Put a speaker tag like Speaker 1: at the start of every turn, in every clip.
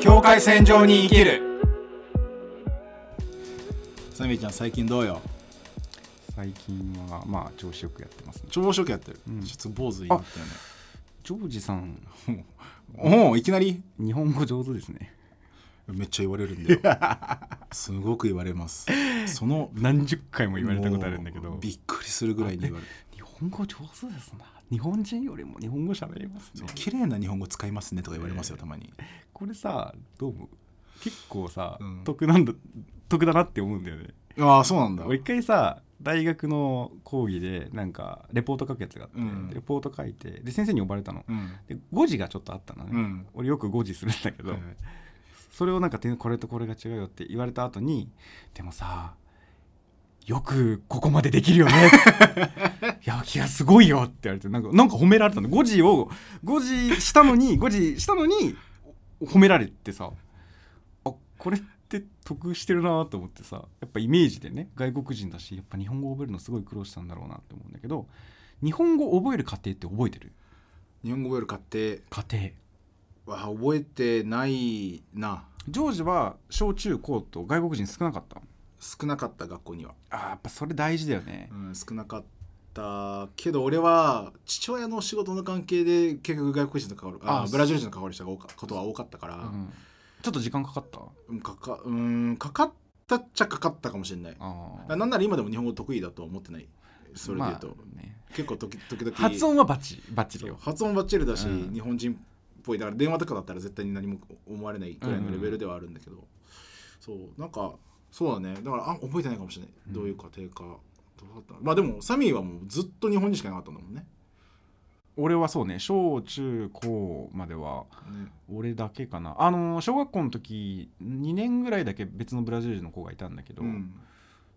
Speaker 1: 境界線上に生きる
Speaker 2: サミーちゃん最近どうよ
Speaker 3: 最近はまあ調子よくやってますね
Speaker 2: 朝食やってる、
Speaker 3: うん
Speaker 2: ちょっと坊主になったよね
Speaker 3: ジョージさん
Speaker 2: おおいきなり
Speaker 3: 日本語上手ですね
Speaker 2: めっちゃ言われるんだよすごく言われますその
Speaker 3: 何十回も言われたことあるんだけ
Speaker 2: も
Speaker 3: ど
Speaker 2: うびっくりするぐらいに言われる
Speaker 3: 日本語上手ですな日本人よりも日本語喋れますね
Speaker 2: 綺麗な日本語使いますねとか言われますよたまに
Speaker 3: これさどう思う結構さ、
Speaker 2: うん
Speaker 3: 得なんだ得だなって思うんだよね
Speaker 2: ああそうなんだ
Speaker 3: 俺一回さ大学の講義でなんかレポート書くやつがあって、
Speaker 2: うん
Speaker 3: レポート書いてで先生に呼ばれたの、
Speaker 2: うん
Speaker 3: で誤字がちょっとあったのね、
Speaker 2: うん
Speaker 3: 俺よく誤字するんだけど、
Speaker 2: はい
Speaker 3: それをなんかてこれとこれが違うよって言われた後にでもさよくここまでできるよ ねいやいやすごいよって言われてなんかなんか褒められたの誤字を誤字したのに誤字したのに褒められてさあこれって得してるなと思ってさやっぱイメージでね外国人だしやっぱ日本語覚えるのすごい苦労したんだろうなって思うんだけど日本語覚える過程って覚えてる
Speaker 2: 日本語覚えるかって
Speaker 3: 過程
Speaker 2: わあ覚えてないな
Speaker 3: ジョージは小中高と外国人少なかった
Speaker 2: 少なかった学校には、
Speaker 3: あーやっぱそれ大事だよね
Speaker 2: うん、少なかったけど俺は父親の仕事の関係で結局外国人と関わるあ
Speaker 3: あ
Speaker 2: ブラジル人と関わる人が多かことは多かったから、
Speaker 3: うんちょっと時間かかった
Speaker 2: うんかかうんかかったっちゃかかったかもしれない
Speaker 3: あ
Speaker 2: ななんなら今でも日本語得意だとは思ってないそれで言うと、
Speaker 3: まあね
Speaker 2: 結構時時々
Speaker 3: 発音はバッチリバッチリ
Speaker 2: そう
Speaker 3: よ
Speaker 2: 発音バッチリだし、
Speaker 3: うん
Speaker 2: 日本人っぽいだから電話とかだったら絶対に何も思われないくらいのレベルではあるんだけど、そうなんかそうだねだからあ覚えてないかもしれない、
Speaker 3: うん
Speaker 2: どういう家庭かどうだったまあでもサミーはもうずっと日本人しかいなかったんだもんね
Speaker 3: 俺はそうね小中高までは俺だけかなあのー小学校の時2年ぐらいだけ別のブラジル人の子がいたんだけど、
Speaker 2: うん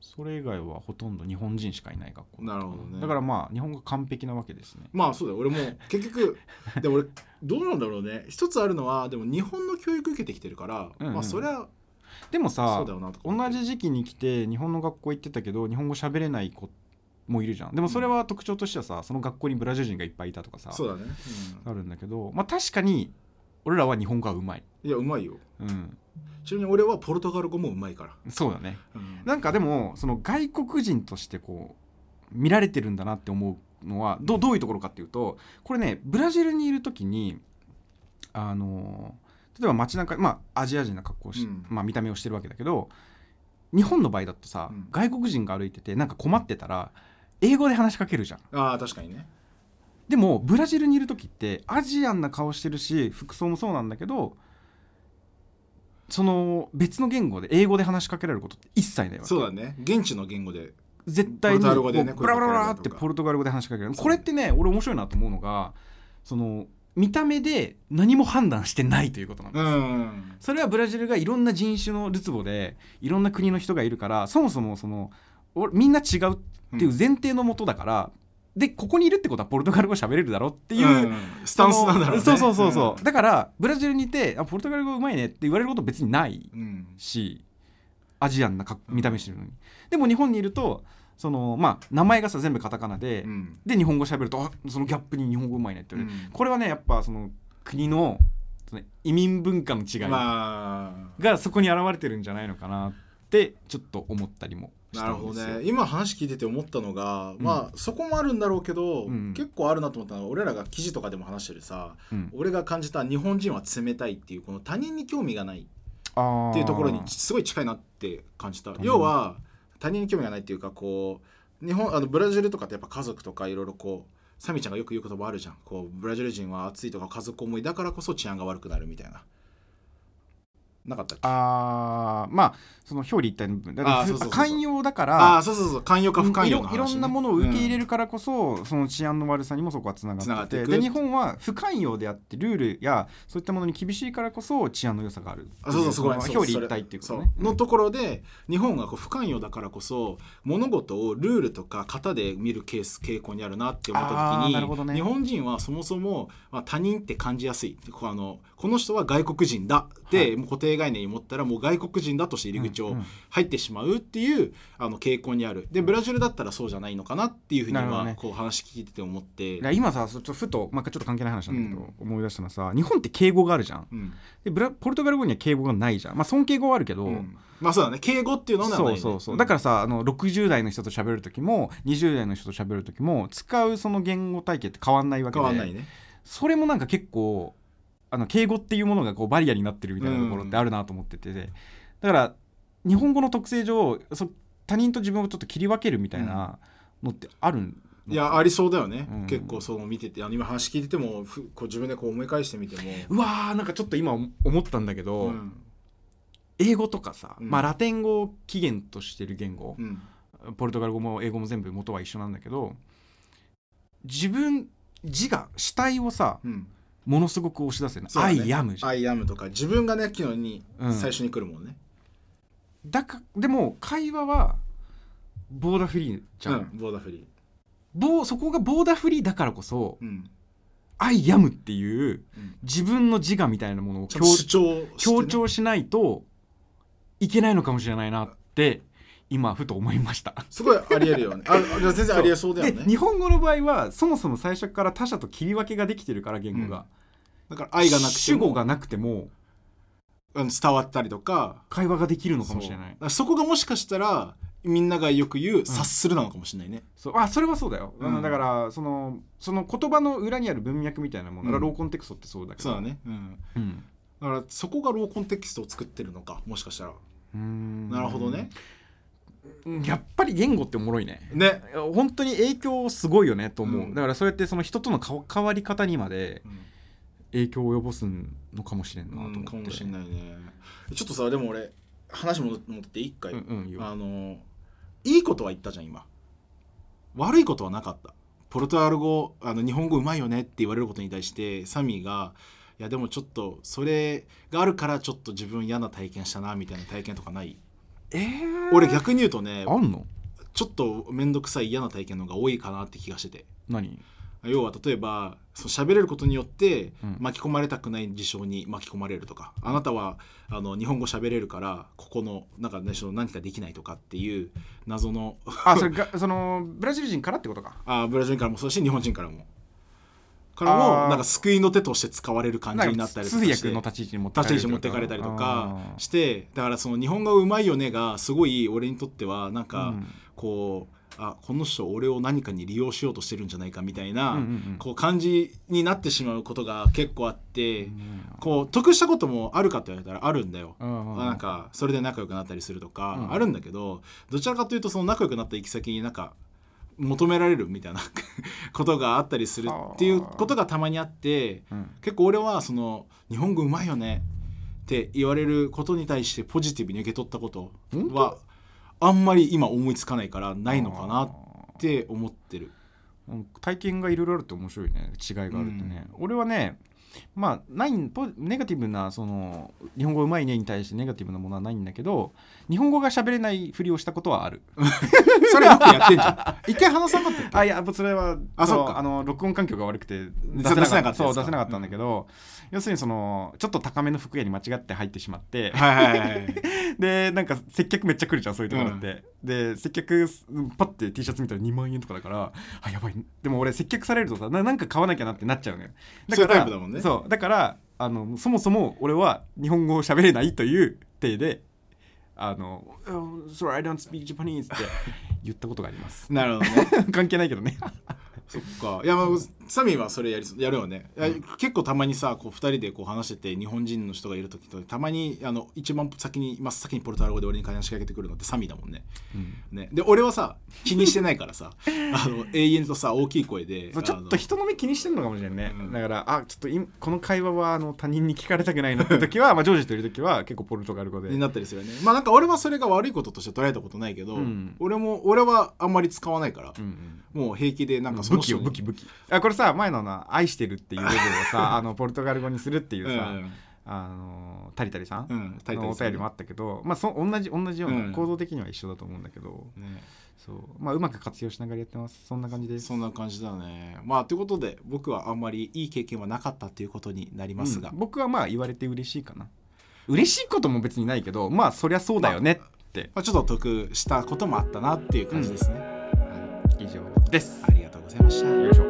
Speaker 3: それ以外はほとんど日本人しかいない学校だったか
Speaker 2: なるほどね
Speaker 3: だからまあ日本語完璧なわけですね
Speaker 2: まあそうだよ俺も結局 で俺どうなんだろうね一つあるのはでも日本の教育受けてきてるから、
Speaker 3: うんうん
Speaker 2: まあそりゃ
Speaker 3: でも
Speaker 2: そ
Speaker 3: さ
Speaker 2: うだよなとか思っ
Speaker 3: 同
Speaker 2: て
Speaker 3: じ時期に来て日本の学校行ってたけど日本語喋れない子もいるじゃんでもそれは特徴としてはさその学校にブラジル人がいっぱいいたとかさ
Speaker 2: そうだね、
Speaker 3: あるんだけどまあ確かに俺らは日本語はうまい
Speaker 2: うん、いやうまいよ
Speaker 3: うん
Speaker 2: ちなみに俺はポルトガル語もうまいから、
Speaker 3: そうだね
Speaker 2: うん
Speaker 3: なんかでもその外国人としてこう見られてるんだなって思うのはどどういうところかっていうとこれねブラジルにいる時にあの例えば街中まあアジア人な格好をし、
Speaker 2: うん
Speaker 3: まあ、見た目をしてるわけだけど日本の場合だとさ、
Speaker 2: うん
Speaker 3: 外国人が歩いててなんか困ってたら英語で話しかけるじゃん
Speaker 2: ああ確かにね
Speaker 3: でもブラジルにいる時ってアジアンな顔してるし服装もそうなんだけどその別の言語で英語で話しかけられることって一切ないわけ
Speaker 2: そうだね現地の言語で
Speaker 3: 絶対に
Speaker 2: ポルトガル
Speaker 3: も
Speaker 2: 語で
Speaker 3: うブ
Speaker 2: ね
Speaker 3: ラブラブラ
Speaker 2: 声かけられたり
Speaker 3: っ
Speaker 2: と
Speaker 3: て
Speaker 2: か
Speaker 3: ポルトガル語で話しかけられるこれってね俺面白いなと思うのがその見た目で何も判断してないということなの
Speaker 2: うん
Speaker 3: それはブラジルがいろんな人種のるつぼでいろんな国の人がいるからそもそもそのおみんな違うっていう前提のもとだから、でここにいるってことはポルトガル語喋れるだろっていう、
Speaker 2: うんスタンスなんだろうね
Speaker 3: そのそうそうそうそう、だからブラジルにいてあポルトガル語うまいねって言われること別にない
Speaker 2: うん、うん
Speaker 3: しアジアンな格見た目してるのに、でも日本にいるとそのまあ名前がさ全部カタカナで、
Speaker 2: うん
Speaker 3: で日本語喋るとあそのギャップに日本語うまいねって言われる、これはねやっぱその国のその移民文化の違い
Speaker 2: まあ
Speaker 3: がそこに現れてるんじゃないのかなってちょっと思ったりもし
Speaker 2: な
Speaker 3: た
Speaker 2: る
Speaker 3: ん
Speaker 2: ほ
Speaker 3: です
Speaker 2: ど
Speaker 3: よ。
Speaker 2: ね今話聞いてて思ったのが、まあそこもあるんだろうけど、
Speaker 3: うん
Speaker 2: 結構あるなと思ったのは俺らが記事とかでも話してるさ
Speaker 3: うん
Speaker 2: 俺が感じた日本人は冷たいっていうこの他人に興味がないっ
Speaker 3: あー
Speaker 2: ていうところにすごい近いなって感じた
Speaker 3: ん
Speaker 2: 要は他人に興味がないっていうかこう日本あのブラジルとかってやっぱ家族とかいろいろこうサミちゃんがよく言う言葉あるじゃんこうブラジル人は暑いとか家族思いだからこそ治安が悪くなるみたいななかったっけ
Speaker 3: あーまあその表裏一体の部分だ
Speaker 2: あ
Speaker 3: か
Speaker 2: ー
Speaker 3: ら
Speaker 2: そうそうそうそう
Speaker 3: 寛容だか
Speaker 2: あ
Speaker 3: ら
Speaker 2: あそうそうそう寛容か不寛容の話、ね、
Speaker 3: いろいろんなものを受け入れ
Speaker 2: る、
Speaker 3: るからこそ、その治安の悪さにもそこはつな
Speaker 2: つなが
Speaker 3: が
Speaker 2: っ
Speaker 3: ってて
Speaker 2: い
Speaker 3: て
Speaker 2: く
Speaker 3: で日本は不寛容であってルールやそういったものに厳しいからこそ治安の良さがある
Speaker 2: あそうそうすごい
Speaker 3: の
Speaker 2: そう
Speaker 3: 表裏一体っていうことね
Speaker 2: それそうのところで日本がこう不寛容だからこそ物事をルールとか型で見るケース傾向にあるなって思った
Speaker 3: あーな
Speaker 2: 時
Speaker 3: るほど
Speaker 2: に、
Speaker 3: ね
Speaker 2: 日本人はそもそも、まあ、他人って感じやすいこうあのこの人は外国人だって、
Speaker 3: はい
Speaker 2: もう固定性概念を持ったらもう外国人だとして入り口
Speaker 3: う
Speaker 2: を
Speaker 3: んうん
Speaker 2: 入ってしまうっていう、あの傾向にあるでブラジルだったらそうじゃないのかなっていうふうに
Speaker 3: なるほど
Speaker 2: は
Speaker 3: ね
Speaker 2: こう話聞いてて思って、
Speaker 3: だから今さそちょっとふと、まあ、ちょっと関係ない話なんだけど、
Speaker 2: うん
Speaker 3: 思い出したのはさ日本って敬語があるじゃん
Speaker 2: うん
Speaker 3: でブラポルトガル語には敬語がないじゃんまあ尊敬語はあるけど、
Speaker 2: うんまあそうだね敬語っていうのはないね、
Speaker 3: そうそうそうだからさあの60代の人と喋る時も20代の人と喋る時も使うその言語体系って変わんないわけ
Speaker 2: 変
Speaker 3: で
Speaker 2: わんないね
Speaker 3: それもなんか結構あの敬語っていうものがこうバリアになってるみたいなところってあるなと思ってて、だから日本語の特性上そ他人と自分をちょっと切り分けるみたいなのってあるん
Speaker 2: いやありそうだよね、
Speaker 3: うん
Speaker 2: 結構その見ててあの今話聞いててもふこう自分でこう思い返してみても、
Speaker 3: うわーなんかちょっと今思ったんだけど、
Speaker 2: うん
Speaker 3: 英語とかさ、
Speaker 2: うん
Speaker 3: まあ、ラテン語を起源としてる言語
Speaker 2: う、ん
Speaker 3: ポルトガル語も英語も全部元は一緒なんだけど自分自我主体をさ
Speaker 2: うん
Speaker 3: ものすごく押し出せる、
Speaker 2: そう
Speaker 3: ア
Speaker 2: だね
Speaker 3: イアムじゃん
Speaker 2: アイアムとか自分がね昨日に
Speaker 3: うん
Speaker 2: 最初に来るもんね、
Speaker 3: だかでも会話はボーダーフリーじ
Speaker 2: う
Speaker 3: ゃ
Speaker 2: ん
Speaker 3: ん、
Speaker 2: ボーダーフリ
Speaker 3: ボーそこがボーダーフリーだからこそ
Speaker 2: ー、うん
Speaker 3: 「アイアム」っていう
Speaker 2: うん
Speaker 3: 自分の自我みたいなものを
Speaker 2: ちょっ
Speaker 3: 強
Speaker 2: と主張してね、
Speaker 3: 強調しないといけないのかもしれないなって今ふと思いました。
Speaker 2: すごいありえるよねああ全然ありえそうだよ
Speaker 3: で
Speaker 2: ね
Speaker 3: 日本語の場合はそもそも最初から他者と切り分けができてるから言語が、
Speaker 2: だから愛がなくても
Speaker 3: 主語がなくても
Speaker 2: うん伝わったりとか
Speaker 3: 会話ができるのかもしれな
Speaker 2: そうだ
Speaker 3: い
Speaker 2: からそこがもしかしたらみんながよく言う察するなのかもしれないね、
Speaker 3: そうあそれはそうだよ、
Speaker 2: うん
Speaker 3: うんだからそのその言葉の裏にある文脈みたいなもの、
Speaker 2: うん
Speaker 3: ローコンテクストってそうだけど
Speaker 2: そうだねうん
Speaker 3: うん
Speaker 2: だからそこがローコンテキストを作ってるのかもしかしたら
Speaker 3: うーん
Speaker 2: なるほどね
Speaker 3: うんやっぱり言語っておもろいね
Speaker 2: ね、
Speaker 3: いや本当に影響すごいよねと思う、
Speaker 2: うん
Speaker 3: だからそうやってその人との顔変わり方にまで
Speaker 2: うん
Speaker 3: 影響を及ぼすのかもしれんなと
Speaker 2: う
Speaker 3: 思って、
Speaker 2: ん、かもしれ
Speaker 3: い
Speaker 2: ないねちょっとさでも俺話戻戻って一回、
Speaker 3: うんうんいいよ
Speaker 2: あのいいことは言ったじゃん今悪いことはなかったポルトガル語あの日本語うまいよねって言われることに対してサミーが「いやでもちょっとそれがあるからちょっと自分嫌な体験したな」みたいな体験とかない
Speaker 3: えー
Speaker 2: 俺逆に言うとね
Speaker 3: あんの
Speaker 2: ちょっと面倒くさい嫌な体験の方が多いかなって気がしてて
Speaker 3: 何
Speaker 2: 要は例えばそう喋れることによって
Speaker 3: うん
Speaker 2: 巻き込まれたくない事象に巻き込まれるとか、あなたはあの日本語喋れるからここのなんか、ね、その何かできないとかっていう謎の
Speaker 3: あそれがそのブラジル人からってことか
Speaker 2: あブラジル人からもそうだし日本人からもからも
Speaker 3: あー
Speaker 2: なんか救いの手として使われる感じになったりと
Speaker 3: 通
Speaker 2: かして
Speaker 3: 訳の立ち位置に持って
Speaker 2: 立ち位置持ってかれたりとか
Speaker 3: あー
Speaker 2: してだからその日本語うまいよねがすごい俺にとってはなんかこう、あこの人俺を何かに利用しようとしてるんじゃないかみたいな、
Speaker 3: うんうんうんうん
Speaker 2: こう感じになってしまうことが結構あって、
Speaker 3: うん
Speaker 2: こう得したこともあるかって言われたらあるんだよ。
Speaker 3: うん
Speaker 2: なんかそれで仲良くなったりするとか
Speaker 3: うん
Speaker 2: あるんだけど、どちらかというとその仲良くなった行き先になんか求められるみたいな ことがあったりするっていうことがたまにあって
Speaker 3: うん
Speaker 2: 結構俺はその「日本語うまいよね」って言われることに対してポジティブに受け取ったことはあんまり今思いつかないからないのかなって思ってる。
Speaker 3: うん体験がいろいろあるって面白いね違いがあるってね、俺はねまあないポネガティブなその日本語うまいねに対してネガティブなものはないんだけど日本語が喋れないふりをしたことはある
Speaker 2: それよくやってんじゃん。一回話さなかったっけ
Speaker 3: あいやもうそれは
Speaker 2: あ
Speaker 3: の
Speaker 2: そっか
Speaker 3: あの録音環境が悪くて
Speaker 2: そう出せなかった
Speaker 3: そう
Speaker 2: やつか
Speaker 3: 出せなかったんだけど、要するにそのちょっと高めの服屋に間違って入ってしまって、
Speaker 2: はいはいはい。
Speaker 3: でなんか接客めっちゃ来るじゃんそういうところって、で接客うんパッて T シャツ見たら2万円とかだからあやばいでも俺接客されるとさななんか買わなきゃなってなっちゃうのよ
Speaker 2: そういう
Speaker 3: から
Speaker 2: タイプだもんね
Speaker 3: そうだからあのそもそも俺は日本語を喋れないという体で「あの Oh, sorry I don't speak Japanese」って 言ったことがあります
Speaker 2: なるほどね。
Speaker 3: 関係ないけどね
Speaker 2: そっか。いや、まあ、サミーはそれやりそやるよね。いや結構たまにさ、こう二人でこう話してて、日本人の人がいる時と、たまにあの一番先に真っ先にポルトガル語で俺に話しかけてくるのってサミーだもんね。ねで、俺はさ、気にしてないから さ、あの永遠とさ、大きい声で、
Speaker 3: そうちょっと人の目気にしてるのかもしれないね、
Speaker 2: うん
Speaker 3: だからあちょっと今この会話はあの他人に聞かれたくないなって時は、ま あ、ジョージといる時は結構ポルトガル語で
Speaker 2: あのになったりするよね。まあなんか俺はそれが悪いこととして捉えたことないけど、
Speaker 3: うん
Speaker 2: 俺も俺はあんまり使わないから、
Speaker 3: うんうん
Speaker 2: もう平気でなんかそ
Speaker 3: 武
Speaker 2: の
Speaker 3: 器
Speaker 2: 人
Speaker 3: を
Speaker 2: に
Speaker 3: 武器武器あこれさ前のな「愛してる」っていう部分をさあのポルトガル語にするっていう
Speaker 2: う
Speaker 3: さ、
Speaker 2: ん
Speaker 3: あのタリタリさん
Speaker 2: うん、うん、タイト
Speaker 3: のお
Speaker 2: ルさ
Speaker 3: 便りもあったけど、まあ、そ同じ同じよう
Speaker 2: うん
Speaker 3: な行動的には一緒だと思うんだけど、
Speaker 2: ね
Speaker 3: そうまあうまく活用しながらやってますそんな感じです
Speaker 2: そんな感じだね。まあということで僕はあんまりいい経験はなかったということになりますが、
Speaker 3: うん僕はまあ言われて嬉しいかな嬉しいことも別にないけどまあそりゃそうだよねって
Speaker 2: まあ、ちょっと得したこともあったなっていう感じですね、はい
Speaker 3: 以上です
Speaker 2: ありがとうございました
Speaker 3: よいしょ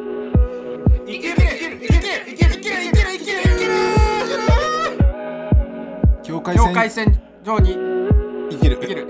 Speaker 1: いけるいけるいけるいけるいけるいけるいけるいける
Speaker 2: 境界
Speaker 1: 境
Speaker 2: 線
Speaker 1: 界線上に
Speaker 2: 生きる
Speaker 1: いける